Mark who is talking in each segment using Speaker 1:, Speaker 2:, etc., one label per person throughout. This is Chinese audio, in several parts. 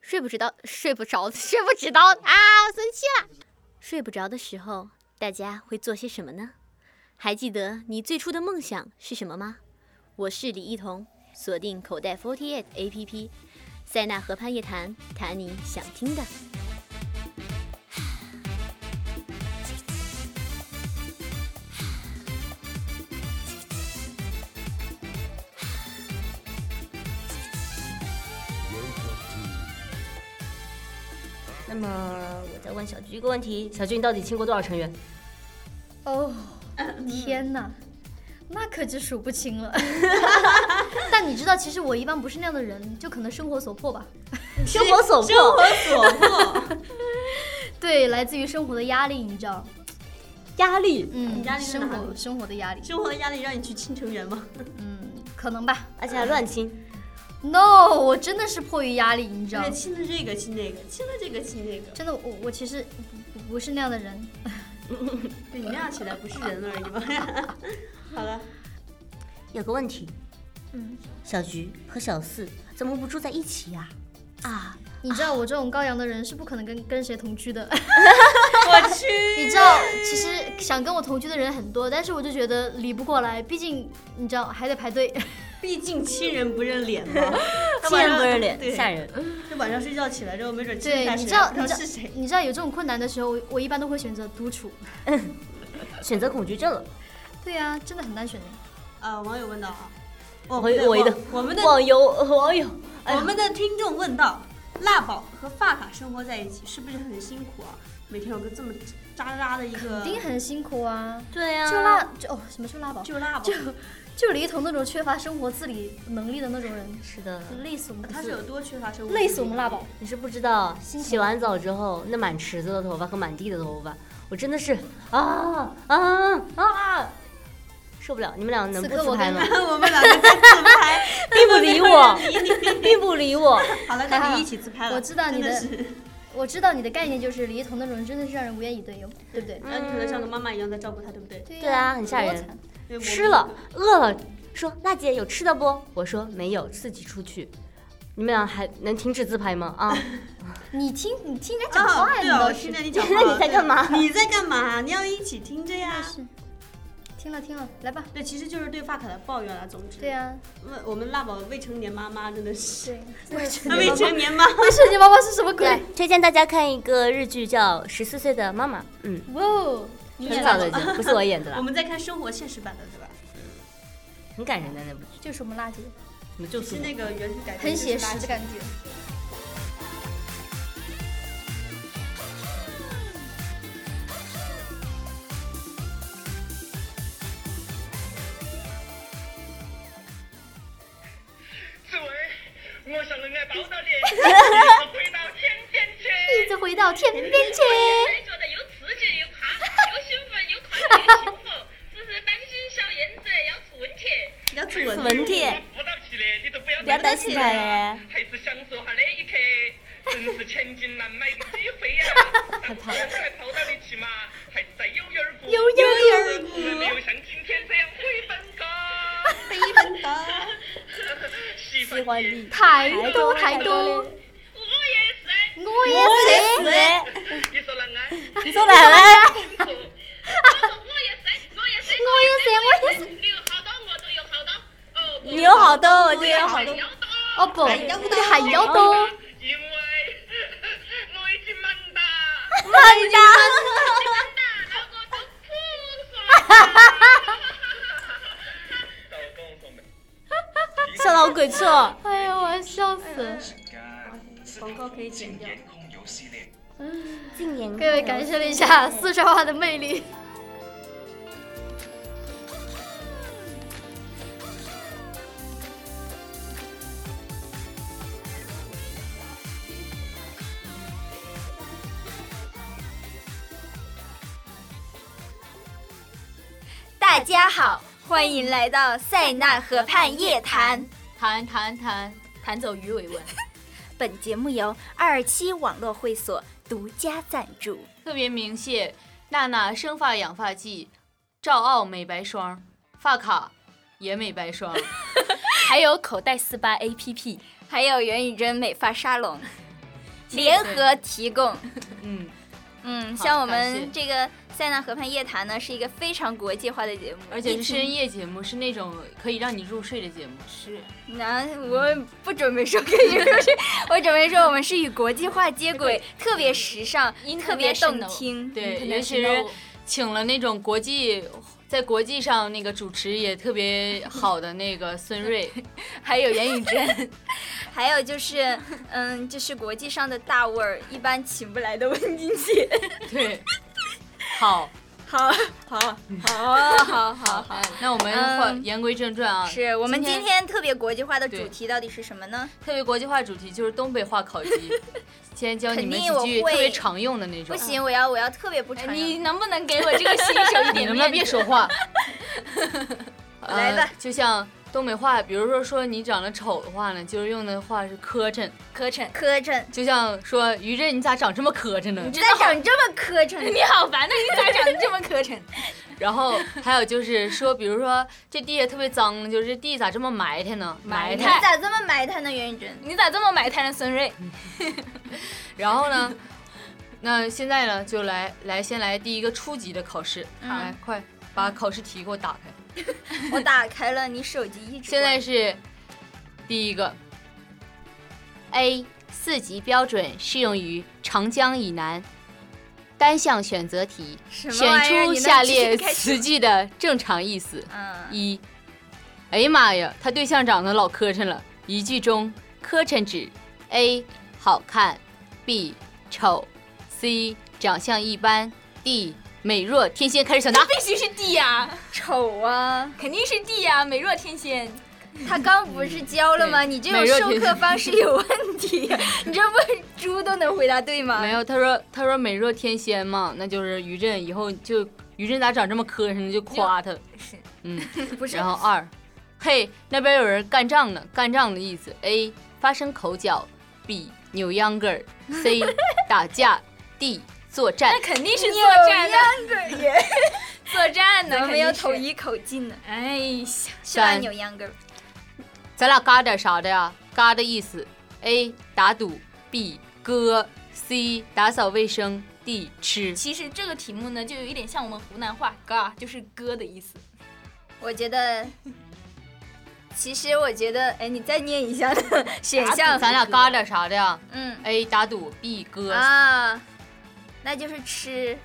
Speaker 1: 睡不着的，睡不着，睡不着的啊！生气了。睡不着的时候，大家会做些什么呢？还记得你最初的梦想是什么吗？我是李一桐，锁定口袋 Forty Eight A P P，塞纳河畔夜谈，谈你想听的。
Speaker 2: 那么我再问小菊一个问题：小菊，你到底亲过多少成员？
Speaker 3: 哦，天哪，那可就数不 清了。但你知道，其实我一般不是那样的人，就可能生活所迫吧。
Speaker 2: 生活所迫，
Speaker 4: 生活所 迫，
Speaker 3: 对，来自于生活的压力，你知道？
Speaker 2: 压力。
Speaker 3: 嗯，
Speaker 4: 压力在
Speaker 3: 生
Speaker 4: 哪
Speaker 3: 活
Speaker 4: 里
Speaker 3: 生活的压力，
Speaker 4: 生活的压力让你去亲成员吗？
Speaker 3: 嗯，可能 吧。
Speaker 2: 而且还乱亲，
Speaker 3: No，我真的是迫于压力，你知道
Speaker 4: 对，？亲了这个亲那个，亲了这个亲那个，
Speaker 3: 真的，我我其实不不是那样的人。
Speaker 4: 对你那样起来不是人而已吗？ 好了，
Speaker 2: 有个问题，
Speaker 3: 嗯
Speaker 2: 小菊和小四怎么不住在一起呀、
Speaker 3: 啊，你知道我这种高阳的人是不可能跟跟谁同居的。
Speaker 4: 我去，
Speaker 3: 你知道，其实想跟我同居的人很多，但是我就觉得理不过来，毕竟你知道还得排队。
Speaker 4: 毕竟亲人不认脸 嘛，
Speaker 2: 亲人不认脸，
Speaker 4: 对
Speaker 2: 吓人。
Speaker 4: 就晚上睡觉起来之后，没准亲一
Speaker 3: 对，
Speaker 4: 下
Speaker 3: 你
Speaker 4: 谁
Speaker 3: 知
Speaker 4: 还
Speaker 3: 道，
Speaker 4: 不
Speaker 3: 你
Speaker 4: 知
Speaker 3: 知
Speaker 4: 道
Speaker 3: 道
Speaker 4: 是谁，。
Speaker 3: 你知道有这种困难的时候，我我一般都会选择独处。
Speaker 2: 选择恐惧症了。
Speaker 3: 对啊，真的很难选的。
Speaker 4: 啊，网友问到啊，我
Speaker 2: 网友，
Speaker 4: 我
Speaker 2: 我的
Speaker 4: 我们的
Speaker 2: 网友，网友，哎
Speaker 4: 我
Speaker 2: 呀，
Speaker 4: 们的听众问到，辣宝和发卡生活在一起是不是很辛苦啊？每天有个这么渣渣的一个，
Speaker 3: 肯定很辛苦啊，
Speaker 2: 对呀、
Speaker 3: 就拉就哦，什么是拉宝？
Speaker 4: 就辣宝
Speaker 3: 就，就李一桐那种缺乏生活自理能力的那种人，
Speaker 2: 是的，
Speaker 3: 累死我们，
Speaker 4: 他是有多缺乏生活？
Speaker 3: 累死我们辣宝。。
Speaker 2: 你是不知道，
Speaker 3: 心疼
Speaker 2: 洗完澡之后那满池子的头发和满地的头发，我真的是啊啊啊，受不了！你们俩能
Speaker 3: 此
Speaker 2: 不
Speaker 3: 刻
Speaker 2: 自
Speaker 3: 我
Speaker 2: 拍
Speaker 3: 跟
Speaker 2: 吗？
Speaker 4: 我们两个在 自拍，
Speaker 2: 并不理 我，并不理我。
Speaker 4: 好了，那你一起自拍了。
Speaker 3: 我知道你
Speaker 4: 真
Speaker 3: 的
Speaker 4: 的是，
Speaker 3: 我知道你的概念就是李一桐那种人真的是让人无言以对哟，对不对？嗯
Speaker 4: 那你可能像个妈妈一样在照顾他，对不对？
Speaker 3: 对
Speaker 2: 对啊，很吓
Speaker 3: 多
Speaker 2: 人
Speaker 3: 惨。
Speaker 4: 因为我
Speaker 2: 吃了，饿了，说辣姐有吃的不？我说没有，自己出去。你们俩还能停止自拍吗？ 啊，
Speaker 3: 你听你听人家讲话呀，
Speaker 4: 啊，对
Speaker 3: 你
Speaker 4: 哦，
Speaker 3: 倒
Speaker 4: 我
Speaker 3: 是
Speaker 4: 听着你讲 话。
Speaker 2: 那你在干嘛？
Speaker 4: 你在干嘛？你要一起听着呀。
Speaker 3: 是。听了听了，来吧。
Speaker 4: 对，其实就是对发卡的抱怨了。总之，
Speaker 3: 对啊呀、
Speaker 4: 问我们辣宝未成年妈妈真的是，
Speaker 3: 对。 未成
Speaker 4: 未 成年妈妈
Speaker 3: 未成年妈妈是什么鬼？
Speaker 2: 对，推荐大家看一个日剧叫《十四岁的妈妈》，嗯，
Speaker 3: 哇哦，
Speaker 4: 你
Speaker 2: 很
Speaker 4: 演
Speaker 2: 早的
Speaker 4: 了吗
Speaker 2: 剧，不是我演的
Speaker 4: 我
Speaker 2: 啦，
Speaker 4: 们在看生活现实版的，对吧？
Speaker 2: 很感人的那部剧，
Speaker 3: 就是我们辣姐，
Speaker 2: 你们就是我
Speaker 4: 那个原著改编，
Speaker 3: 很写
Speaker 4: 就是
Speaker 3: 实的
Speaker 4: 垃圾
Speaker 3: 感觉。
Speaker 5: 思维，我想人爱抱到你，一直回到天边去。
Speaker 3: 一直回到天边去。
Speaker 5: 你觉得又刺激又怕，又兴奋又快乐又幸福，只是担心小燕子要出问题。
Speaker 4: 要自文
Speaker 2: 文帖，
Speaker 5: 我辅导起的，你都不要
Speaker 2: 不要担心他嘞，
Speaker 5: 还是享受下那一刻，真是千金难买的机会呀、
Speaker 2: 害怕
Speaker 5: 当初来跑到你去嘛，还是在有眼儿过，
Speaker 2: 有眼儿过
Speaker 5: 只是没有像今天这样飞奔高。
Speaker 4: 飞奔的。
Speaker 5: 喜
Speaker 2: 喜欢你，
Speaker 3: 太多太多，
Speaker 5: 我也
Speaker 3: 我也是。
Speaker 5: 是。你说啷个？
Speaker 2: 你说奶
Speaker 3: 哎
Speaker 2: 奶，
Speaker 5: 我也是，我也是，我也是，我也是。你有好多，我都有好多。哦，
Speaker 2: 你有好多，我就有好
Speaker 5: 还
Speaker 2: 多
Speaker 5: 要。多。
Speaker 3: 哦不，
Speaker 4: 还要多
Speaker 3: 你还要多。
Speaker 5: 因为我已经忙哒，
Speaker 2: 慢呀，
Speaker 5: 忙哒，老公都不爽。老公说没。
Speaker 2: 笑到鬼畜了。
Speaker 3: 哎呀，我要笑死！
Speaker 4: 广告可以剪掉。
Speaker 2: 禁言
Speaker 3: 各位感受了一下四川话的魅力。
Speaker 6: 大家好，欢迎来到塞纳河畔夜谈。
Speaker 7: 弹弹弹弹走鱼尾纹，
Speaker 6: 本节目由二二七网络会所独家赞助。
Speaker 7: 特别鸣谢娜娜生发养发剂、赵奥美白霜、发卡也美白 霜，还有口袋四八 APP。
Speaker 6: 还有袁以真美发沙龙。联合提供。
Speaker 7: 嗯，
Speaker 6: 嗯，
Speaker 7: 好
Speaker 6: 像我
Speaker 7: 感谢
Speaker 6: 们这个塞纳河畔夜谈呢，是一个非常国际化的节目，
Speaker 7: 而且
Speaker 6: 一
Speaker 7: 是
Speaker 6: 听
Speaker 7: 深夜节目，是那种可以让你入睡的节目。是，
Speaker 6: 那我不准备说跟你说是，我准备说我们是与国际化接轨，
Speaker 7: 嗯
Speaker 6: 特别时尚，特别动听，
Speaker 7: 对，尤其是
Speaker 6: international
Speaker 7: 请了那种国际。在国际上，那个主持也特别好的那个孙瑞，
Speaker 6: 还有袁宇珍，还有就是，嗯，就是国际上的大腕儿，一般请不来的温金姐。
Speaker 7: 对，好， 嗯
Speaker 6: 好，哦好，好，好，好，好，
Speaker 7: 那我们
Speaker 6: 嗯
Speaker 7: 话言归正传啊，
Speaker 6: 是我们今天特别国际化的
Speaker 7: 对
Speaker 6: 主题到底是什么呢？
Speaker 7: 特别国际化主题就是东北话 烤鸡，先教你们
Speaker 6: 肯
Speaker 7: 几
Speaker 6: 定我
Speaker 7: 句
Speaker 6: 会
Speaker 7: 特别常用的那种。嗯
Speaker 6: 不，行，我要，我要特别哎不常用。
Speaker 7: 能不能给我这个新手一点 你能不能别说 话？呃
Speaker 6: 来吧，
Speaker 7: 就像东北话，比如说说你长得丑的话呢，就是用的话是磕碜，
Speaker 6: 磕碜，磕碜，
Speaker 7: 就像说于震你咋长这么磕碜呢？
Speaker 6: 你咋长这么磕碜？ 你好烦呐！你咋长得这么磕碜？
Speaker 7: 然后还有就是说，比如说这地也特别脏，就是这地咋这么埋汰呢？埋
Speaker 6: 你
Speaker 7: 汰。
Speaker 6: 咋这么埋汰呢，袁宇珍？你咋这么埋汰呢，孙瑞？
Speaker 7: 然后呢，那现在呢就来来先来第一个初级的考试，来快把考试题给我打开。
Speaker 6: 我打开了你手机一直
Speaker 7: 现在是第一个 A 四级标准适用于长江以南。单项选择题，
Speaker 6: 什么
Speaker 7: 选
Speaker 6: 玩意儿
Speaker 7: 出
Speaker 6: 你能
Speaker 7: 下
Speaker 6: 直接
Speaker 7: 列
Speaker 6: 开始
Speaker 7: 词句的正常意思。
Speaker 6: 嗯，
Speaker 7: 一，哎呀妈呀，他对象长得老磕碜了。一句中，磕碜指 A 好看，B 丑，C 长相一般，D 美若天仙。开始抢 答，
Speaker 6: 必须是 D 呀、丑啊，肯定是 D 呀、美若天仙。他刚不是教了吗？你这种
Speaker 7: 美若
Speaker 6: 授
Speaker 7: 天仙
Speaker 6: 课方式有问 题，你这不是猪都能回答对吗？
Speaker 7: 没有，他说他说美若天仙嘛，那就是于震以后就于震咋长这么磕碜呢？就夸他，
Speaker 6: 是
Speaker 7: 嗯，
Speaker 6: 不是
Speaker 7: 然后二，嘿，那边有人干仗呢，干仗的意思。A 发生口角，B 扭秧 歌儿，C 打架，D 作战。
Speaker 6: 肯定是
Speaker 7: 作
Speaker 6: 战的，作战
Speaker 7: 的
Speaker 6: 我们要
Speaker 7: 肯定是
Speaker 6: 统一口径的。哎呀，是吧？
Speaker 7: 三
Speaker 6: 扭秧歌儿，
Speaker 7: 咱俩嘎点啥的呀？嘎的意思：A 打赌，B 歌，C 打扫卫生，D 吃。
Speaker 4: 其实这个题目呢，就有一点像我们湖南话“嘎”，就是“哥”的意思。
Speaker 6: 我觉得。其实我觉得，哎，你再念一下选项，
Speaker 7: 咱俩嘎点啥的呀
Speaker 6: 嗯
Speaker 7: ？A 打赌，B 歌。
Speaker 6: 啊，那就是吃，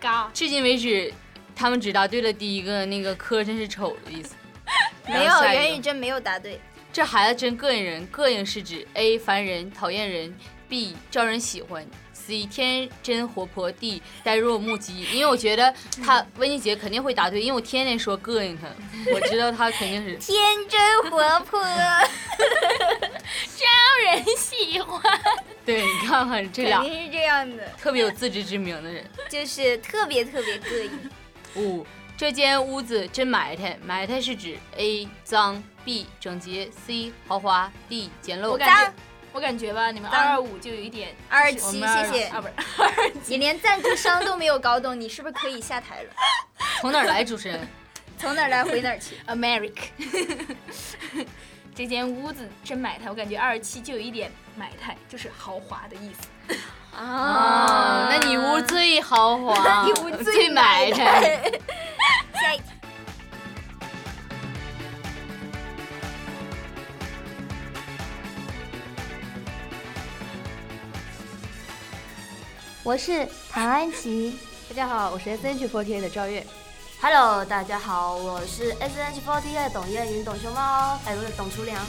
Speaker 4: 嘎，
Speaker 7: 至今为止，他们只答对了第一个，那个磕碜是丑的意思。
Speaker 6: 没
Speaker 7: 然后
Speaker 6: 有
Speaker 7: 下一个
Speaker 6: 袁宇真没有答 对，
Speaker 7: 这孩子真膈应人，膈应是指 A 烦人、讨厌人，B 招人喜欢，C 天真活泼，D 呆若木鸡。因为我觉得
Speaker 6: 嗯
Speaker 7: 他温妮姐肯定会答对，因为我天天说膈应他，我知道他肯定是。
Speaker 6: 天真活 泼，
Speaker 7: 对你看看这
Speaker 6: 肯
Speaker 7: 俩
Speaker 6: 定是这样的，
Speaker 7: 特别有自知之明的人。
Speaker 6: 就是特别特别膈应。
Speaker 7: 五，这间屋子真埋汰，埋汰是指 A 脏，B 整洁，C 豪华，D 简
Speaker 4: 我
Speaker 7: 陋。
Speaker 4: 感觉，我感觉吧，你们二二五就有一点
Speaker 6: 二
Speaker 4: 就是我
Speaker 6: 七，
Speaker 4: 们二
Speaker 6: 谢谢
Speaker 4: 啊，，不是
Speaker 6: 你连赞助商都没有搞懂，你是不是可以下台了？
Speaker 7: 从哪儿来主持人？
Speaker 6: 从哪儿来回哪儿去。
Speaker 4: America。这间屋子真买它，我感觉二十七就有一点买它，就是豪华的意思。
Speaker 7: 啊，那你屋 最豪 华，
Speaker 6: 你屋最
Speaker 7: 最埋汰。
Speaker 6: 下一题，
Speaker 8: 我是唐安琪，
Speaker 3: 大家好，我是 S H Forty 的赵月。
Speaker 8: Hello，大家好，我是 S H 4 8的董燕云、董熊猫，哎，不是董厨良。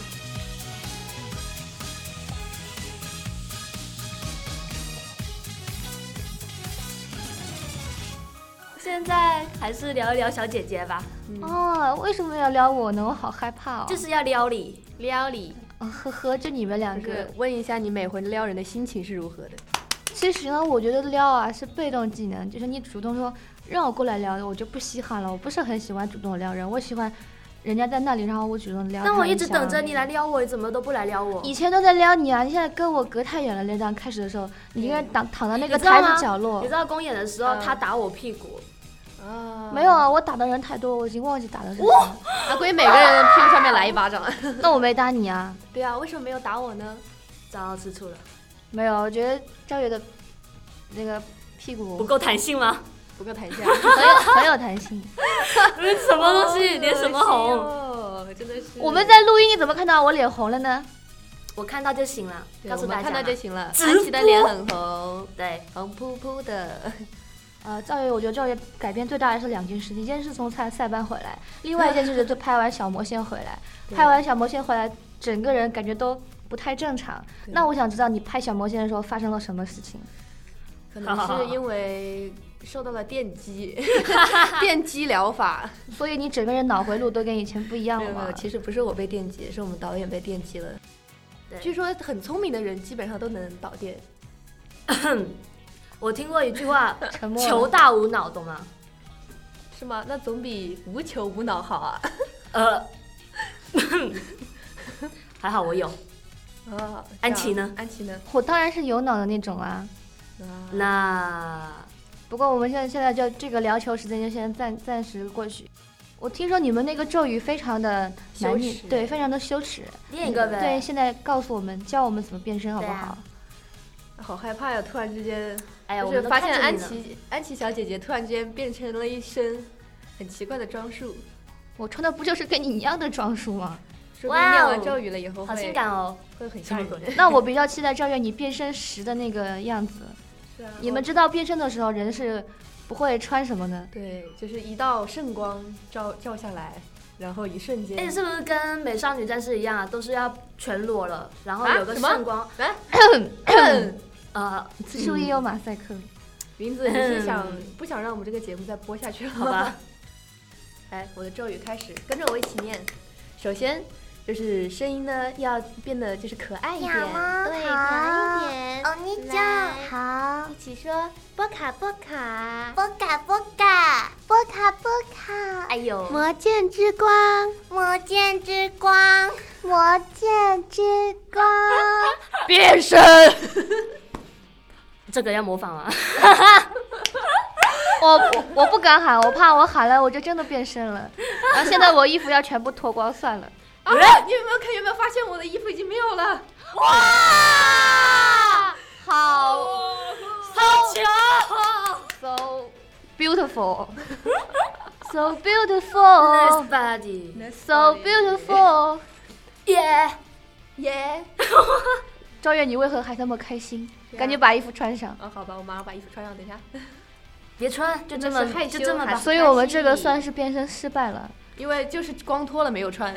Speaker 3: 现在还是聊一聊小姐姐吧，
Speaker 8: 哦，为什么要撩我呢？我好害怕哦。
Speaker 3: 就是要撩你。
Speaker 7: 撩你，
Speaker 8: 哦呵呵，就你们两个。
Speaker 3: 问一下，你每回撩人的心情是如何的？
Speaker 8: 其实呢，我觉得撩啊是被动技能，就是你主动说让我过来撩，我就不稀罕了。我不是很喜欢主动撩人，我喜欢人家在那里，然后我主动撩。
Speaker 9: 但我一直等着。你来撩我，你怎么都不来撩我？
Speaker 8: 以前都在撩你啊，你现在跟我隔太远了。那张开始的时候，你应该躺躺在那个
Speaker 9: 你知道吗
Speaker 8: 台子角落嗯
Speaker 9: 你知。道公演的时候他打我屁股，
Speaker 8: 没有啊，我打的人太多，我已经忘记打的是谁了。
Speaker 3: 阿龟每个人屁股上面来一巴掌。
Speaker 8: 那我没打你啊。
Speaker 9: 对啊，为什么没有打我呢？找到吃醋了。
Speaker 8: 没有，我觉得赵月的那个屁股
Speaker 9: 哦
Speaker 3: 不够弹性吗？
Speaker 8: 不够弹性，
Speaker 9: 啊
Speaker 8: 很有很有 弹性。
Speaker 3: 什么东西脸什么红
Speaker 7: 哦，真的是
Speaker 8: 我们在录音，你怎么看到我脸红了呢？
Speaker 3: 我看到就行了，
Speaker 7: 对
Speaker 3: 告诉
Speaker 7: 我们
Speaker 3: 大家
Speaker 7: 看
Speaker 3: 嘛
Speaker 7: 到就行了。
Speaker 3: 直
Speaker 7: 安琪的脸
Speaker 3: 播
Speaker 7: 很红，
Speaker 3: 对，。
Speaker 7: 红扑扑的。
Speaker 8: 呃，赵月，我觉得赵月改变最大的是两件事情，一件事从赛塞班回来，另外一件事就是拍完小魔仙回来 拍完小魔仙回来，整个人感觉都不太正常。那我想知道你拍小魔仙的时候发生了什么事情？
Speaker 3: 可能是因为受到了电 击，
Speaker 8: 电击疗法，所以你整个人脑回路都跟以前不一样
Speaker 9: 没
Speaker 8: 了
Speaker 9: 有没
Speaker 8: 吗
Speaker 9: 有，？其实不是我被电击，是我们导演被电击了。
Speaker 3: 对
Speaker 9: 据说很聪明的人基本上都能导 电。
Speaker 3: 我听过一句话
Speaker 8: 沉
Speaker 9: 默了
Speaker 3: 球大无脑，懂吗？
Speaker 9: 是吗？那总比无球无脑好啊。
Speaker 3: 呃，还好我有。
Speaker 9: 啊，
Speaker 3: 安琪呢？
Speaker 9: 安琪呢？
Speaker 8: 我当然是有脑的那种啊。
Speaker 3: 那
Speaker 8: 不过我们现在现在就这个聊球时间就先暂暂时过去。我听说你们那个咒语非常的难
Speaker 3: 羞
Speaker 8: 念
Speaker 3: 耻，
Speaker 8: 对，非常的羞耻。
Speaker 3: 念一个呗
Speaker 8: 对，现在告诉我们，教我们怎么变身好不
Speaker 9: 对
Speaker 8: 好
Speaker 9: 啊？好害怕呀！突然之间，
Speaker 3: 哎呀
Speaker 9: 就
Speaker 3: 我
Speaker 9: 是
Speaker 3: 们都
Speaker 9: 发现
Speaker 3: 看着
Speaker 9: 安
Speaker 3: 你呢
Speaker 9: 琪哎安琪小姐姐突然之间变成了一身很奇怪的装束。
Speaker 8: 我穿的不就是跟你一样的装束吗？
Speaker 9: 说不定念完咒语了以后会
Speaker 8: 好性感
Speaker 3: 哦，
Speaker 9: 会很吓人。
Speaker 8: 那我比较期待赵月你变身时的那个样子。
Speaker 9: 是啊
Speaker 8: 你们知道变身的时候人是不会穿什么的？
Speaker 9: 对，就是一道圣光照照下来，然后一瞬间。
Speaker 3: 哎，是不是跟美少女战士一样啊？都是要全裸了，然后
Speaker 9: 啊
Speaker 3: 有个
Speaker 9: 什么
Speaker 3: 圣光。呃，
Speaker 8: 此处应有马赛克。
Speaker 9: 云子，你是想不想让我们这个节目再播下去了？
Speaker 3: 嗯好吧。
Speaker 9: 来，我的咒语开始，跟着我一起念。首先就是声音呢要变得就是可爱一点，对，可爱一点。
Speaker 10: 欧尼酱哦好，一起说波卡波卡，波卡波卡，波卡波卡。
Speaker 3: 哎呦
Speaker 10: 魔剑之光，魔剑之光，魔剑之 光。
Speaker 3: 变身，这个要模仿 啊。
Speaker 8: 我我我不敢喊，我怕我喊了我就真的变身了。然后现在我衣服要全部脱光算 了。
Speaker 9: 啊！你有没有看？有没有发现我的衣服已经没有了？哇！
Speaker 8: 好，
Speaker 3: 好
Speaker 8: 巧，so
Speaker 11: 啊
Speaker 8: beautiful，so beautiful，so
Speaker 3: body，
Speaker 8: beautiful，yeah。
Speaker 9: 耶！
Speaker 8: 赵月，你为何还那么开心？赶紧把衣服穿上。
Speaker 9: 啊，好吧，我马上把衣服穿上，等一下。
Speaker 3: 哦别穿，就
Speaker 9: 真
Speaker 3: 这
Speaker 9: 的
Speaker 3: 么
Speaker 9: 是害羞
Speaker 3: 就这么吧。
Speaker 8: 所以我们这个算是变身失败了。
Speaker 9: 因为就是光脱了没有穿。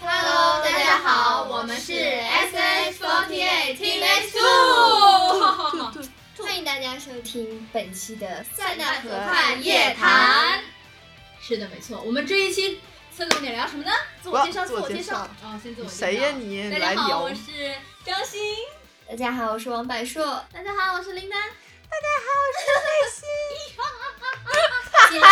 Speaker 12: Hello，大家好，我们是 SH48 Teenage
Speaker 13: 哦
Speaker 12: Two，欢迎大家收听本期的塞纳河畔夜谈。是的，没错，我们这一期侧重点聊什么呢？ 自我介绍，自我介绍。哦，先自我介绍。
Speaker 14: 谁呀你
Speaker 12: 大
Speaker 14: 来
Speaker 12: 家好，
Speaker 14: 聊
Speaker 12: 我是张欣。大家好，我是王柏硕。大家好，我是林丹。大家好，我 是慧欣。进来，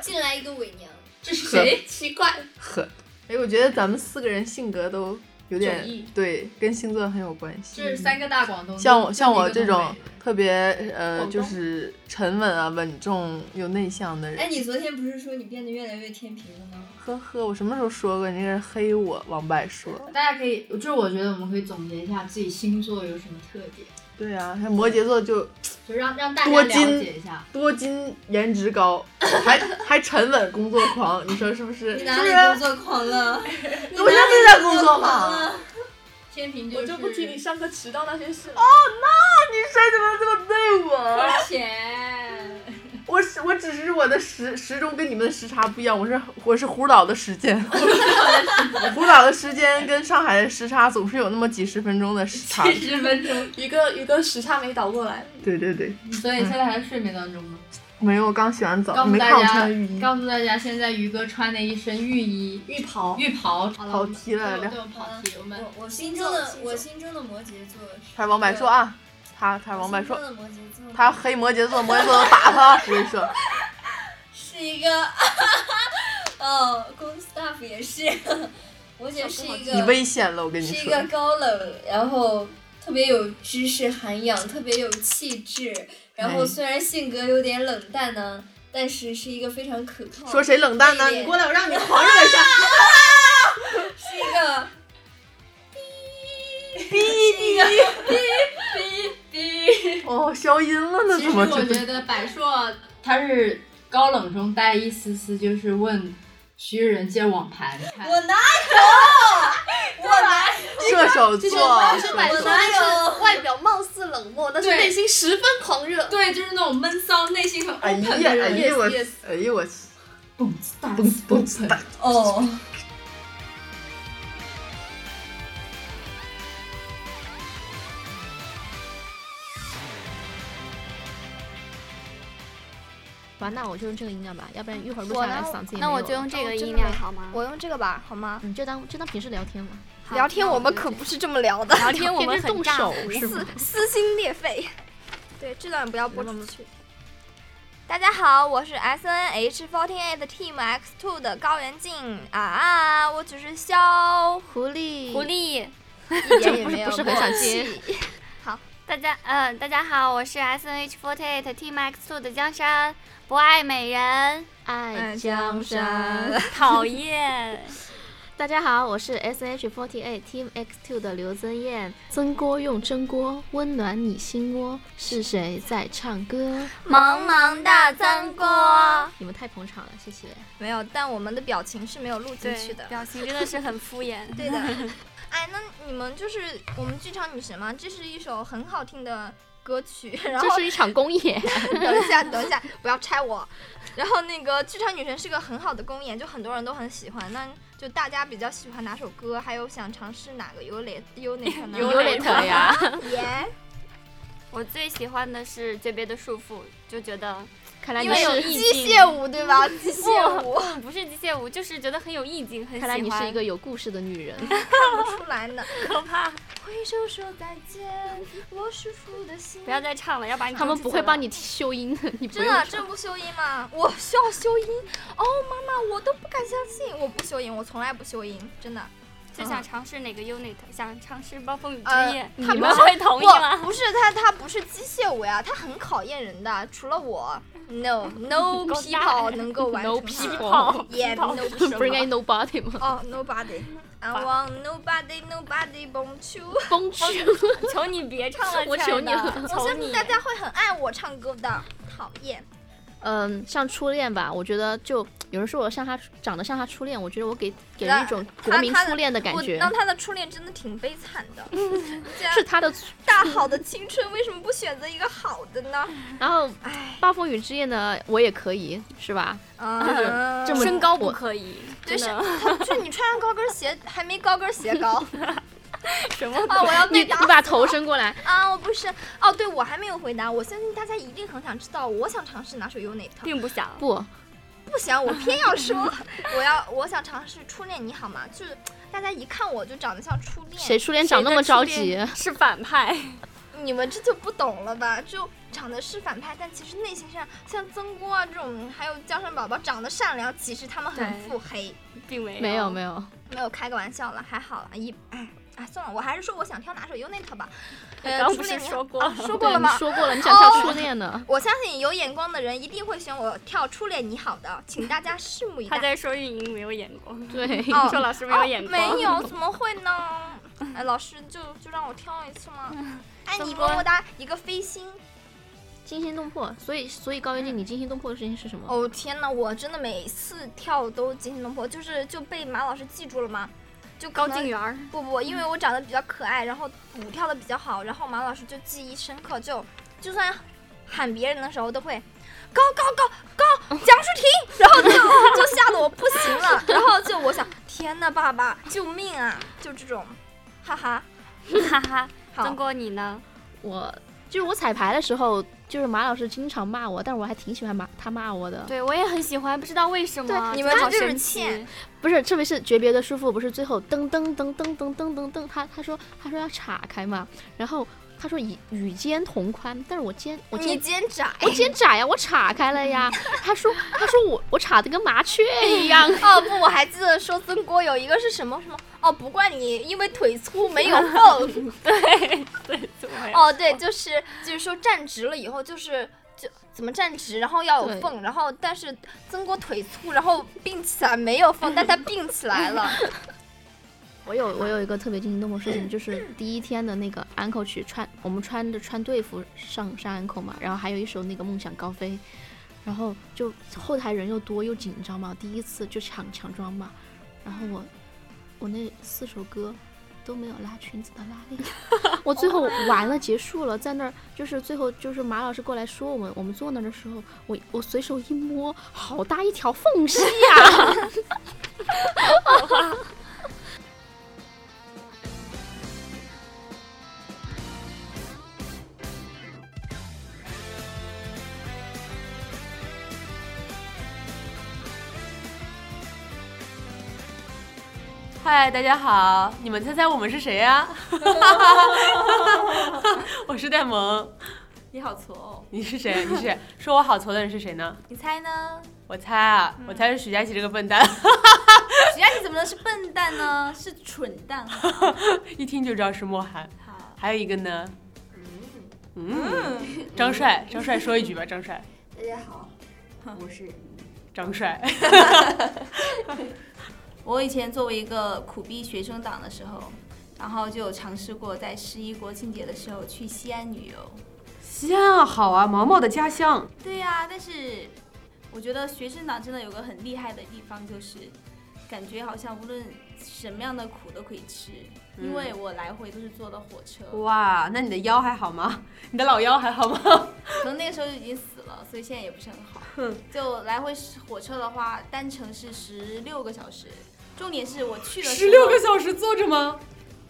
Speaker 12: 进来一个伪娘，这是谁？奇怪。
Speaker 14: 很。哎，我觉得咱们四个人性格都有点
Speaker 12: 迥异
Speaker 14: 对，跟星座很有关系。
Speaker 12: 这是三个大广东，
Speaker 14: 像我像
Speaker 12: 就
Speaker 14: 我
Speaker 12: 一个
Speaker 14: 这
Speaker 12: 东
Speaker 14: 种
Speaker 12: 北
Speaker 14: 特别呃，
Speaker 12: 广东
Speaker 14: 就是沉稳啊、稳重又内向的人。
Speaker 12: 哎，你昨天不是说你变得越来越天平了吗？
Speaker 14: 呵呵，我什么时候说过你这个人黑我？王柏说。
Speaker 12: 大家可以，就是我觉得我们可以总结一下自己星座有什么特点，
Speaker 14: 对啊，像摩羯座就
Speaker 12: 就让让大家
Speaker 14: 多
Speaker 12: 了
Speaker 14: 金
Speaker 12: 解一下。
Speaker 14: 多金，颜值高， 还还沉稳，工作狂，你说是不是？
Speaker 12: 你
Speaker 14: 是
Speaker 12: 哪
Speaker 14: 不
Speaker 12: 里
Speaker 14: 是？
Speaker 12: 工作狂 了？你
Speaker 14: 我现
Speaker 12: 哪里
Speaker 14: 在在工作
Speaker 12: 狂
Speaker 14: 嘛
Speaker 12: 了。天平就是。我就不提你上课迟到那些事了。
Speaker 14: 哦、那你谁怎么这么对我？
Speaker 12: 而且，
Speaker 14: 我是我只是我的时时钟跟你们的时差不一样，我是我是葫岛的时间， 葫岛的时间跟上海的时差总是有那么几十分钟的时差。
Speaker 12: 十分钟，
Speaker 4: 一个一个时差没倒过来。
Speaker 14: 对对对，
Speaker 12: 所以现在还在睡眠当中吗？
Speaker 14: 没有，我刚洗完
Speaker 12: 告
Speaker 14: 澡，
Speaker 12: 诉
Speaker 14: 没
Speaker 12: 大
Speaker 14: 看我
Speaker 12: 家
Speaker 14: 穿浴，衣，
Speaker 12: 告诉大家，现在于哥穿的一身浴衣、浴袍、浴袍。
Speaker 14: 跑题了
Speaker 12: 对
Speaker 14: 聊
Speaker 12: 对，我跑题。我们
Speaker 13: 我心中的我心中的摩羯座是
Speaker 14: 他王柏硕啊，他他王柏
Speaker 13: 心
Speaker 14: 硕
Speaker 13: 中，的摩羯座
Speaker 14: 他黑摩羯座，摩羯座 都打他， 我跟你说，
Speaker 13: 是一个，哦，公 staff 也是，摩羯是一个
Speaker 14: 你危险了，我跟你
Speaker 13: 是一
Speaker 14: 说
Speaker 13: 个，高冷，然后特别有知识涵养，特别有气质。然后
Speaker 14: 哎
Speaker 13: 虽然性格有点冷淡呢，但是是一个非常可靠。
Speaker 14: 说谁冷淡呢你过来我让你狂热一
Speaker 4: 啊
Speaker 14: 下
Speaker 13: 是一个。
Speaker 14: 哔哔
Speaker 13: 哔哔哔！
Speaker 14: 哦，消音了呢，
Speaker 15: 其
Speaker 14: 怎
Speaker 15: 实
Speaker 14: 么
Speaker 15: 我
Speaker 14: 真
Speaker 15: 觉
Speaker 14: 的？
Speaker 15: 得百硕他是高冷中带一丝丝，就是问徐仁借网盘看。
Speaker 13: 我哪有？我哪
Speaker 14: 射手
Speaker 3: 哦这
Speaker 15: 座
Speaker 3: 种外是摆
Speaker 15: 我
Speaker 3: 出
Speaker 15: 哪
Speaker 3: 那
Speaker 15: 有
Speaker 3: 种外表貌似冷漠，但是
Speaker 15: 对
Speaker 3: 内心十分狂热。
Speaker 15: 对，就是那种闷骚，内心很
Speaker 14: 哎呀哎呀我哎呀我，
Speaker 15: 蹦子大蹦子蹦子大
Speaker 13: 哦。
Speaker 3: 吧，那我就用这个音量吧，要不然一会儿录
Speaker 6: 我
Speaker 3: 下来
Speaker 6: 呢
Speaker 3: 嗓子也
Speaker 6: 那
Speaker 3: 没
Speaker 6: 我
Speaker 3: 有
Speaker 6: 就用
Speaker 3: 了
Speaker 6: 这
Speaker 3: 哦
Speaker 6: 个
Speaker 3: 真
Speaker 6: 音
Speaker 3: 的
Speaker 6: 量
Speaker 3: 吗
Speaker 6: 好吗？嗯我用这个吧，好吗？
Speaker 3: 你就当就当平时聊天嘛。
Speaker 6: 聊天我们可不是这么聊的，
Speaker 3: 聊天 我们很炸是吗
Speaker 6: 撕 撕心裂肺。 对，这段不要播出去。大家好，我是 S N H fourteen eight Team X two 的高元静啊，我只是小狐狸，狐狸一点也
Speaker 3: 不是
Speaker 6: 没有
Speaker 3: 不是很想
Speaker 6: 默
Speaker 3: 接
Speaker 6: 契。 好，大家嗯、大家好，我是 S N H forty eight Team X two 的江山，不爱美人，爱
Speaker 3: 江山
Speaker 6: 讨厌。
Speaker 3: 大家好，我是 S H forty eight Team X two 的刘增艳，蒸锅用蒸锅温暖你心窝，是谁在唱歌？
Speaker 6: 茫茫大三锅
Speaker 3: 你们太捧场了，谢谢。
Speaker 6: 没有，但我们的表情是没有录进去的，表情真的是很敷衍。 对的，哎，那你们就是我们剧场女神嘛，这是一首很好听的歌曲， 然后。
Speaker 3: 这是一场公演
Speaker 6: 等一下，等一下，不要拆我。然后那个剧场女神是个很好的公演，就很多人都很喜欢。那就大家比较喜欢哪首歌，还有想尝试哪个优雷优哪个呢？
Speaker 16: 优哪个 呀
Speaker 6: 耶！
Speaker 17: 我最喜欢的是《诀别的束缚》，就觉得
Speaker 3: 看来
Speaker 17: 因
Speaker 3: 你
Speaker 17: 为
Speaker 3: 是
Speaker 17: 有
Speaker 3: 机
Speaker 17: 意境
Speaker 3: 械舞对 吧
Speaker 17: 不
Speaker 3: 机械舞
Speaker 17: 不不是机械舞，就是觉得很有意境，很喜欢。
Speaker 3: 看来你是一个有故事的女 人。
Speaker 6: 看不出来呢，可怕。挥手说再见，我舒服的心。
Speaker 17: 不要再唱了，要把你
Speaker 3: 他们
Speaker 17: 弄
Speaker 3: 不
Speaker 17: 出
Speaker 3: 会
Speaker 17: 去了
Speaker 3: 帮你修音的，你不
Speaker 6: 真
Speaker 3: 用
Speaker 6: 的，
Speaker 3: 唱
Speaker 6: 这不修音吗？我需要修音哦，妈妈，我都不敢相信，我不修音，我从来不修音，真的。嗯
Speaker 17: 就想尝试哪个 unit，想尝试暴风雨之夜
Speaker 6: 呃，，
Speaker 17: 你
Speaker 6: 他
Speaker 17: 们
Speaker 6: 不是
Speaker 17: 会同意
Speaker 6: 不
Speaker 17: 吗？
Speaker 6: 不是他，他不是机械舞呀，他很考验人的。除了我，no no
Speaker 3: 够
Speaker 6: people
Speaker 3: 大
Speaker 6: 能够完
Speaker 3: No
Speaker 6: 成
Speaker 3: people，
Speaker 6: y e no
Speaker 3: 不是应该
Speaker 6: people。
Speaker 3: nobody 吗？
Speaker 6: 哦，nobody。I want nobody, nobody, bon c h
Speaker 3: 蹦去！
Speaker 17: 求你别唱了，
Speaker 3: 我
Speaker 17: 亲爱
Speaker 3: 求你
Speaker 17: 的
Speaker 3: 了
Speaker 6: 我
Speaker 17: 求
Speaker 6: 相信
Speaker 17: 你
Speaker 6: 大家会很爱我唱歌的，讨厌。
Speaker 3: 嗯，像初恋吧，我觉得就有人说我像他长得像他初恋，我觉得我给给人
Speaker 6: 那
Speaker 3: 一种
Speaker 6: 他
Speaker 3: 国民
Speaker 6: 他
Speaker 3: 初恋的感
Speaker 6: 我
Speaker 3: 觉。
Speaker 6: 那他的初恋真的挺悲惨 的，
Speaker 3: 是他的。
Speaker 6: 大好的青春为什么不选择一个好的呢？
Speaker 3: 然后《暴风雨之夜》呢，我也可以，是吧？就是
Speaker 6: 啊
Speaker 3: 这么
Speaker 6: 身高
Speaker 3: 我
Speaker 6: 不可
Speaker 17: 以
Speaker 6: 对，是，就你穿上高跟鞋还没高跟鞋高。
Speaker 3: 什
Speaker 6: 么啊我要
Speaker 3: 你
Speaker 6: 被
Speaker 3: 你
Speaker 6: 打死
Speaker 3: 把头伸过来，
Speaker 6: 啊，我不是哦，对我还没有回答。我相信大家一定很想知道，我想尝试哪首 UNIT，
Speaker 17: 并不想，
Speaker 3: 不
Speaker 6: 不想，我偏要说，我要我想尝试初恋你好吗？就是大家一看我就长得像初恋，
Speaker 3: 谁初恋长那么着急？
Speaker 17: 是反派，
Speaker 6: 你们这就不懂了吧？就长得是反派，但其实内心上像曾锅啊这种，还有江山宝宝长得善良，其实他们很
Speaker 3: 对
Speaker 6: 腹黑，
Speaker 17: 并没
Speaker 3: 没有没有，
Speaker 6: 没有开个玩笑了，还好了，一哎哎算了，我还是说我想跳哪首 UNIT 吧。
Speaker 17: 哎
Speaker 6: 呃，
Speaker 3: 刚
Speaker 6: 初
Speaker 3: 不是
Speaker 6: 恋你
Speaker 3: 说
Speaker 6: 好
Speaker 3: 过
Speaker 6: 啊
Speaker 3: 了
Speaker 6: 说过了
Speaker 3: 对
Speaker 6: 吗？
Speaker 3: 你说过了你想跳
Speaker 6: 哦
Speaker 3: 初恋呢
Speaker 6: 我相信有眼光的人一定会选我跳初恋你好的，请大家拭目以待。
Speaker 17: 他在说运营没有眼光，
Speaker 3: 对
Speaker 6: 哦
Speaker 17: 说老师没有眼光，
Speaker 6: 哦 没有，怎么会呢？哎，老师就就让我跳一次 吗？哎，你
Speaker 3: 曾国
Speaker 6: 么么哒，一个飞心。
Speaker 3: 惊心动魄。所以所以高圆镜，你惊心动魄的事情是什么？
Speaker 6: 哦天哪，我真的每次跳都惊心动魄，就是就被马老师记住了吗？就可
Speaker 17: 高
Speaker 6: 能
Speaker 17: 静媛儿嗯
Speaker 6: 不不，因为我长得比较可爱，然后舞跳的比较好，然后马老师就记忆深刻，就就算喊别人的时候都会高高高高蒋舒婷，然后就哦就吓得我不行了，然后就我想天哪，爸爸救命啊！就这种，哈哈
Speaker 17: 哈哈。
Speaker 6: 好
Speaker 17: 曾哥你 呢？
Speaker 3: 我就是我彩排的时候，就是马老师经常骂我，但是我还挺喜欢马他骂我的。
Speaker 17: 对我也很喜欢，不知道为什么，
Speaker 3: 对，
Speaker 17: 好神奇。
Speaker 3: 不是，特别是诀别的舒服，不是最后噔噔噔噔噔噔噔噔，他他说他说要岔开嘛，然后他说以与肩同宽，但是我肩我
Speaker 6: 你
Speaker 3: 肩
Speaker 6: 肩窄，
Speaker 3: 我肩窄呀，我岔开了呀。他说他说我我岔的跟麻雀一样。
Speaker 6: 哦不，我还记得说曾国有一个是什么什么哦，哦，不怪你，因为腿粗没有 缝。对，
Speaker 16: 对，怎么
Speaker 6: 哦，对，就是就是说站直了以后就是。就怎么站直，然后要有
Speaker 16: 对
Speaker 6: 缝，然后但是曾国腿粗，然后并起来没有缝，但他并起来了。
Speaker 3: 我有我有一个特别惊心动魄的事情，就是第一天的那个安 n 曲穿，我们穿着穿队服上上安 n 嘛，然后还有一首那个梦想高飞，然后就后台人又多又紧张嘛，第一次就抢抢装嘛，然后我我那四首歌都没有拉裙子的拉链。我最后完了，结束了，在那儿就是最后就是马老师过来说我们，我们坐那儿的时候，我我随手一摸，好大一条缝隙啊呀、
Speaker 18: 嗨，大家好，你们猜猜我们是谁 呀、我是戴萌，
Speaker 4: 你好挫哦，
Speaker 18: 你是 谁？你是说我好挫的人是谁呢？
Speaker 4: 你猜呢？
Speaker 18: 我猜啊，
Speaker 4: 嗯
Speaker 18: 我猜是许佳琪这个笨蛋，
Speaker 4: 许佳琪怎么能是笨蛋呢？是蠢蛋。
Speaker 18: 一听就知道是莫涵。还有一个呢，嗯，张帅，张帅说一句吧，张 帅，
Speaker 13: 大家好，我是
Speaker 18: 张帅，
Speaker 4: 我以前作为一个苦逼学生党的时候，然后就有尝试过在十一国庆节的时候去西安旅游。
Speaker 18: 西安啊，好啊，毛毛的家乡，
Speaker 4: 对呀、但是我觉得学生党真的有个很厉害的地方，就是感觉好像无论什么样的苦都可以吃，因为
Speaker 18: 嗯
Speaker 4: 我来回都是坐的火车。
Speaker 18: 哇，那你的腰还好吗？你的老腰还好吗？
Speaker 4: 可能那个时候就已经死了，所以现在也不是很好。就来回火车的话，单程是十六个小时。重点是我去的时
Speaker 18: 十
Speaker 4: 候
Speaker 18: 六个小时坐着 吗？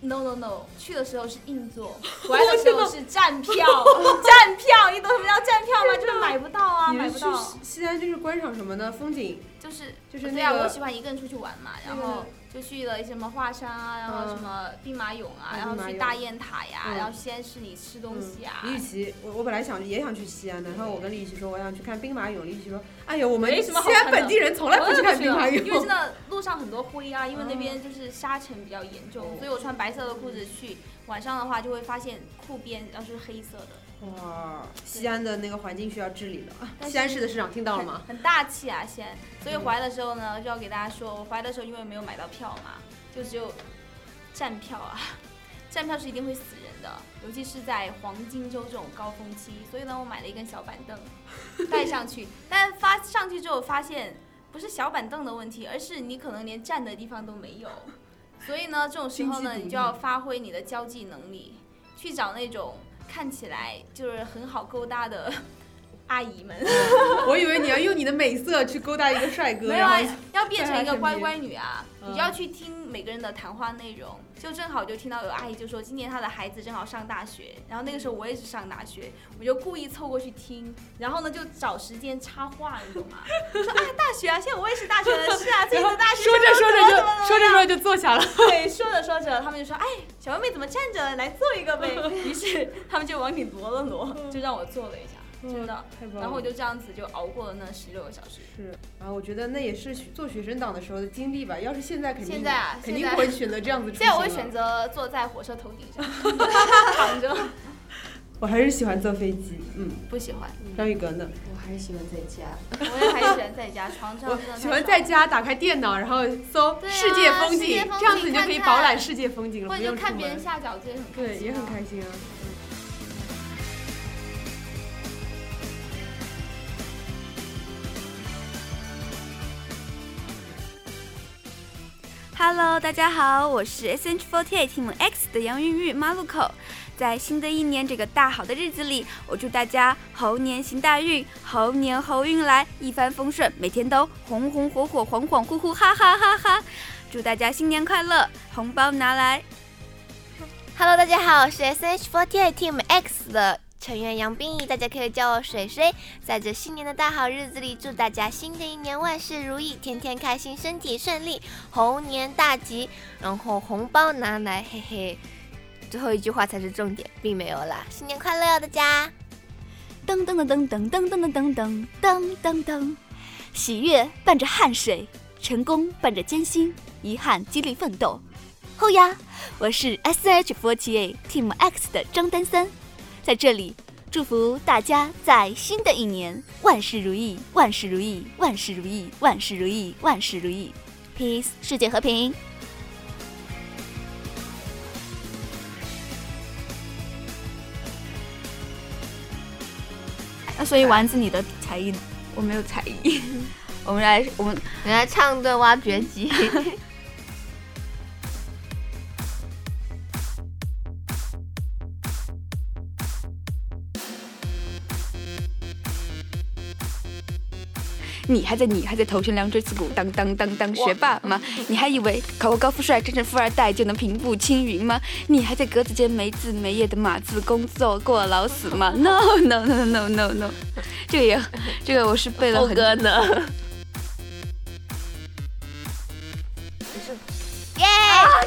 Speaker 4: No no no，去的时候是硬 座，回来的时候是站票
Speaker 18: 我，的
Speaker 4: 站票，你懂什么叫站票吗？就是买不到啊，
Speaker 18: 你
Speaker 4: 买
Speaker 18: 们
Speaker 4: 不
Speaker 18: 去
Speaker 4: 到。
Speaker 18: 西安就是观赏什么呢？风景？
Speaker 4: 就是
Speaker 18: 就是
Speaker 4: 对
Speaker 18: 那
Speaker 4: 啊，
Speaker 18: 个
Speaker 4: 我喜欢一个人出去玩嘛，然
Speaker 18: 那个
Speaker 4: 后就去了什么华山啊，然后
Speaker 18: 嗯
Speaker 4: 什么兵马俑啊
Speaker 18: 啊，
Speaker 4: 然后
Speaker 18: 兵马
Speaker 4: 去
Speaker 18: 俑
Speaker 4: 大雁塔呀，
Speaker 18: 嗯
Speaker 4: 然后西安市里吃东西啊。
Speaker 18: 李雨琦，我我本来想也想去西安的，然后我跟李雨琦说我想去看兵马俑，李雨琦说，哎呦，我们
Speaker 4: 没什么好
Speaker 18: 西
Speaker 4: 看
Speaker 18: 安
Speaker 4: 的
Speaker 18: 本地人从来不去看兵马
Speaker 4: 我也不去因为
Speaker 18: 俑。嗯
Speaker 4: 真的路上很多灰啊，因为那边就是沙尘比较严重，所以我穿白色的裤子去，晚上的话就会发现裤边然后是黑色的。
Speaker 18: 哇，西安的那个环境需要治理了。
Speaker 4: 但 是
Speaker 18: 西安市的市长听到了吗？
Speaker 4: 很大气啊，西安。所以回来的时候呢，就要给大家说，我回来的时候因为没有买到票嘛，就只有站票啊， 站票是一定会死人的，尤其是在黄金周这种高峰期。所以呢，我买了一根小板 凳带上去，但发上去之后发现不是小板凳的问题，而是你可能连站的地方都没有。所以呢，这种时候呢，
Speaker 18: 经济独立
Speaker 4: 你就要发挥你的交际能力，去找那种看起来就是很好勾搭的阿姨们。
Speaker 18: 我以为你要用你的美色去勾搭一个帅哥，
Speaker 4: 没有啊
Speaker 18: 然后，
Speaker 4: 要变成一个乖
Speaker 18: 带
Speaker 4: 乖
Speaker 18: 他身边。
Speaker 4: 女啊！
Speaker 18: 嗯
Speaker 4: 你就要去听每个人的谈话内容，就正好就听到有阿姨就说今年她的孩子正好上大学，然后那个时候我也是上大学，我就故意凑过去听，然后呢就找时间插话，你懂吗？就说啊大学啊，现在我也是大学了， 是啊，最近的大学
Speaker 18: 说着说着就
Speaker 4: 怎么怎么怎么样
Speaker 18: 说着说着就坐下了
Speaker 4: 对，说着说着他们就说哎小妹妹怎么站着来坐一 个呗，于是他们就往里挪了挪，就让我坐了一下，真的
Speaker 18: 嗯太棒，了
Speaker 4: 然后我就这样子就熬过了那十六个小时。
Speaker 18: 是啊，我觉得那也是学做学生党的时候的经历吧。要是现在肯定
Speaker 4: 现在啊，
Speaker 18: 肯定
Speaker 4: 现在
Speaker 18: 不会选择这样子出
Speaker 4: 现在我会
Speaker 18: 行了
Speaker 4: 选择坐在火车头顶 上躺着，
Speaker 18: 我还是喜欢坐飞机，嗯。
Speaker 4: 不喜欢。
Speaker 18: 张宇哥呢？
Speaker 9: 我还是喜欢在家。
Speaker 4: 我也还是喜欢在家， 床上真的
Speaker 18: 喜欢在家打开电脑，然后搜
Speaker 4: 对啊
Speaker 18: 世界风
Speaker 4: 世界
Speaker 18: 景，
Speaker 4: 风景
Speaker 18: 这样子你就可以
Speaker 4: 看看
Speaker 18: 饱览世界风景了，
Speaker 4: 或
Speaker 18: 不
Speaker 4: 者
Speaker 18: 用
Speaker 4: 就看
Speaker 18: 出
Speaker 4: 别人
Speaker 18: 门
Speaker 4: 下饺子也很开心啊
Speaker 18: 对，也很开心啊。
Speaker 19: Hello，大家好，我是 SH48 Team X 的杨玉玉马路口。在新的一年这个大好的日子里，我祝大家猴年行大运，猴年猴运来，一帆风顺，每天都红红火火，恍恍惚惚，哈哈哈哈！祝大家新年快乐，红包拿来！
Speaker 20: Hello，大家好，我是 SH48 Team X 的成员杨冰怡，大家可以叫我水水。在这新年的大好日子里，祝大家新的一年万事如意，天天开心，身体顺利，猴年大吉，然后红包拿来，嘿嘿。最后一句话才是重点，并没有啦。新年快乐哦，大家！
Speaker 19: 噔噔噔噔噔噔噔噔噔噔噔噔，喜悦伴着汗水，成功伴着艰辛，遗憾激励奋斗，
Speaker 21: 后呀，我是 S H 4 7 8 Team X 的张丹三，在这里祝福大家在新的一年万事如意，万事如意，万事如意，万事如意，万事如意，peace，世界和平。
Speaker 19: 那所以丸子，你的才艺呢？我没有才艺。 我们来，我们
Speaker 20: 人家唱段挖掘 机。
Speaker 19: 你还在你还在头悬梁锥刺股，当当当当学霸吗？你还以为考个高富帅，真正富二代就能平步青云吗？你还在格子间没日没夜的码字工作过劳死吗？No No No No No No，这个也这个我是背了很多呢。
Speaker 20: 耶！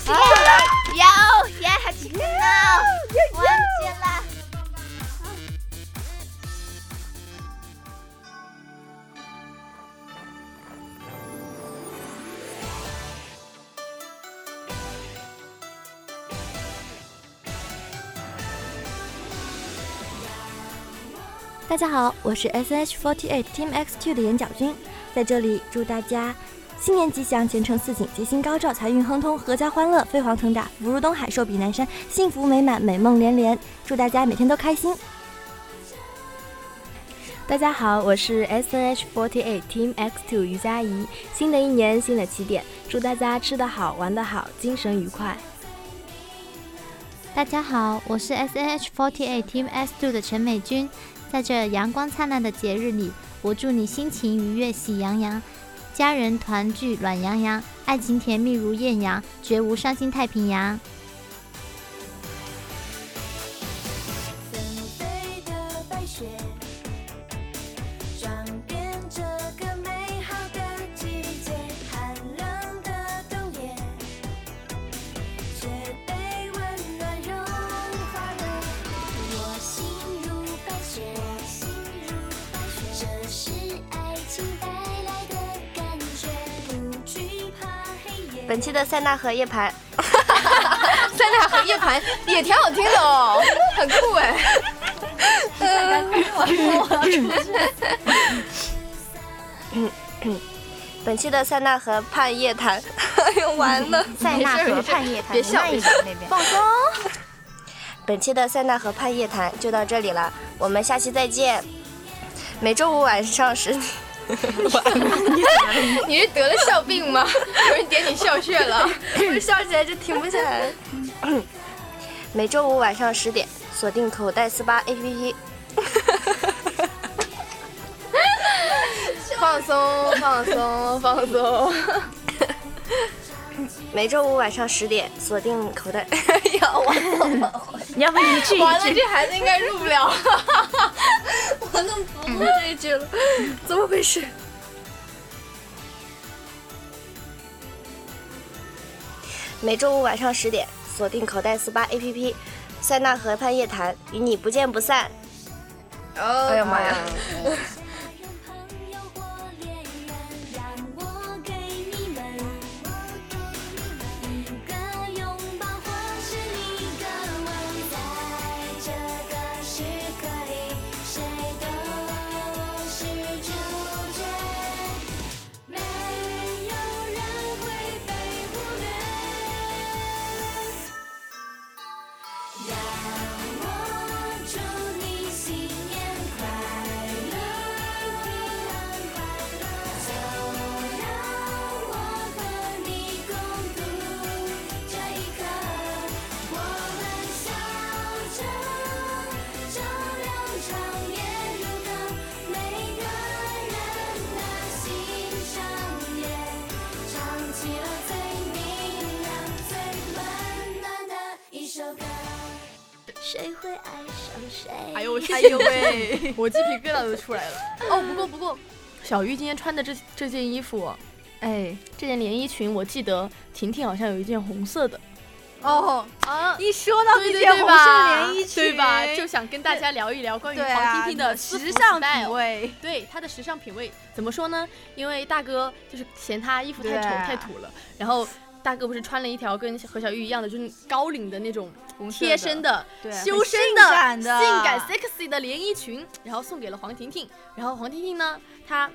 Speaker 22: 喜欢了
Speaker 20: 有耶，还记
Speaker 21: 哦
Speaker 20: 得了，忘记了。
Speaker 23: 大家好，我是 S H 4 8 Team X Two 的眼角君，在这里祝大家新年吉祥，前程似锦，吉星高照，财运亨通，阖家欢乐，飞黄腾达，福如东海，寿比南山，幸福美满，美梦连连。祝大家每天都开心。
Speaker 6: 大家好，我是 S N H 4 8 Team X Two 于佳怡。新的一年，新的起点，祝大家吃得好，玩得好，精神愉快。
Speaker 3: 大家好，我是 S N H 4 8 Team S Two 的陈美君，在这阳光灿烂的节日里，我祝你心情愉悦，喜洋洋，家人团聚，暖洋洋，爱情甜蜜如艳阳，绝无伤心太平洋。
Speaker 11: 纷飞的白雪，装点这个美好的季节。寒冷的冬夜，却被温暖融化了。我心如白雪，这是爱情带来的感觉，不惧怕黑夜。
Speaker 20: 本期的塞纳河夜盘，
Speaker 19: 塞纳河夜盘也挺好听的 哦，很酷哎。
Speaker 20: 嗯本期的塞纳河畔夜谈， 哎呦完了，
Speaker 6: 塞纳河畔夜谈
Speaker 20: 别笑
Speaker 6: 慢一
Speaker 20: 别笑
Speaker 6: 点那边
Speaker 20: 放松。本期的塞纳河畔夜谈就到这里了，我们下期再见。每周五晚上十点。
Speaker 19: 你是得了笑病吗？有人点你笑穴 了，笑起来就停不下来。
Speaker 20: 每周五晚上十点，锁定口袋四八 APP，
Speaker 19: 放松，放松，放松。
Speaker 20: 每周五晚上十点，锁定口 袋。要完了，你要不一句
Speaker 19: 完了，这孩子应该入不了。我弄不录这一句 了，怎么回事？
Speaker 20: 每周五晚上十点，锁定口袋四八 APP，塞纳河畔夜谈，与你不见不散。
Speaker 19: 哎
Speaker 20: 哎呀妈呀！
Speaker 11: Oh 让我给你们一个拥抱，或是一个吻，在这个时刻里，谁都是主角，没有人会被忽略。让我祝你新年快乐，平安快乐。就让我和你共度这一刻，我们笑着，照亮长夜路灯。每个人的心上也唱起了最明亮、最温暖的一首歌。谁会爱上谁？
Speaker 9: 哎
Speaker 11: 哎
Speaker 9: 呦
Speaker 11: 呦
Speaker 9: 我
Speaker 11: 我
Speaker 9: 去！ 我鸡皮疙瘩都出来了。哦，不过不过，小玉今天穿的这这件衣服，哎，这件连衣裙，我记得婷婷好像有一件红色的。
Speaker 19: 哦，
Speaker 9: 啊，
Speaker 19: 一
Speaker 9: 说
Speaker 19: 到
Speaker 9: 对
Speaker 19: 这
Speaker 9: 对
Speaker 19: 件
Speaker 9: 对
Speaker 19: 红
Speaker 9: 吧
Speaker 19: 色连衣裙，
Speaker 9: 对吧？就想跟大家聊一聊关于
Speaker 19: 对
Speaker 9: 黄
Speaker 19: 啊
Speaker 9: 婷婷的
Speaker 19: 时
Speaker 9: 私服
Speaker 19: 尚
Speaker 9: style
Speaker 19: 品味
Speaker 9: 对她的时尚品味怎么说呢？因为大哥就是嫌她衣服太丑
Speaker 19: 对啊
Speaker 9: 太土了，然后大哥不是穿了一条跟和小玉一样的，就是高领的那种
Speaker 14: 色的
Speaker 9: 贴身的、
Speaker 14: 对
Speaker 9: 修身
Speaker 14: 很性感的，
Speaker 9: 性感 sexy 的连衣裙，然后送给了黄婷婷。然后黄婷婷呢，她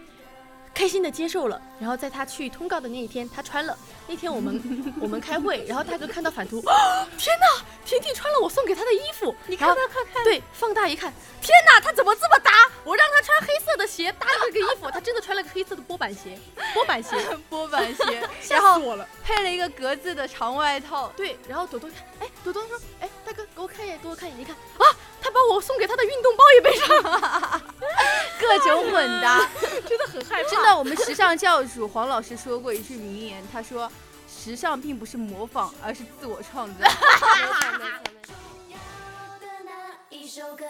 Speaker 9: 开心的接受了。然后在她去通告的那一天，她穿了。那天我们我们开会，然后大哥看到反图，啊天哪，婷婷穿了我送给她的衣服。你看看看看，对，放大一看，天哪，她怎么这么搭？我让她穿黑色的鞋搭了个衣服，她真的穿了个黑色的波板鞋， 波板鞋，
Speaker 14: 波板鞋
Speaker 9: 吓
Speaker 14: 然
Speaker 9: 死
Speaker 14: 后
Speaker 9: 我了。
Speaker 14: 配了一个格子的长外套。
Speaker 9: 对，然后朵朵看，哎，朵朵说，哎，大哥给我看一眼，给我看一眼，一看啊，他把我送给他的运动包也 背上，
Speaker 14: 各种混搭，
Speaker 9: 真的很害怕。
Speaker 14: 真的，我们时尚教主黄老师说过一句名言，他说：“时尚并不是模仿，而是自我创造。”
Speaker 11: 一首歌。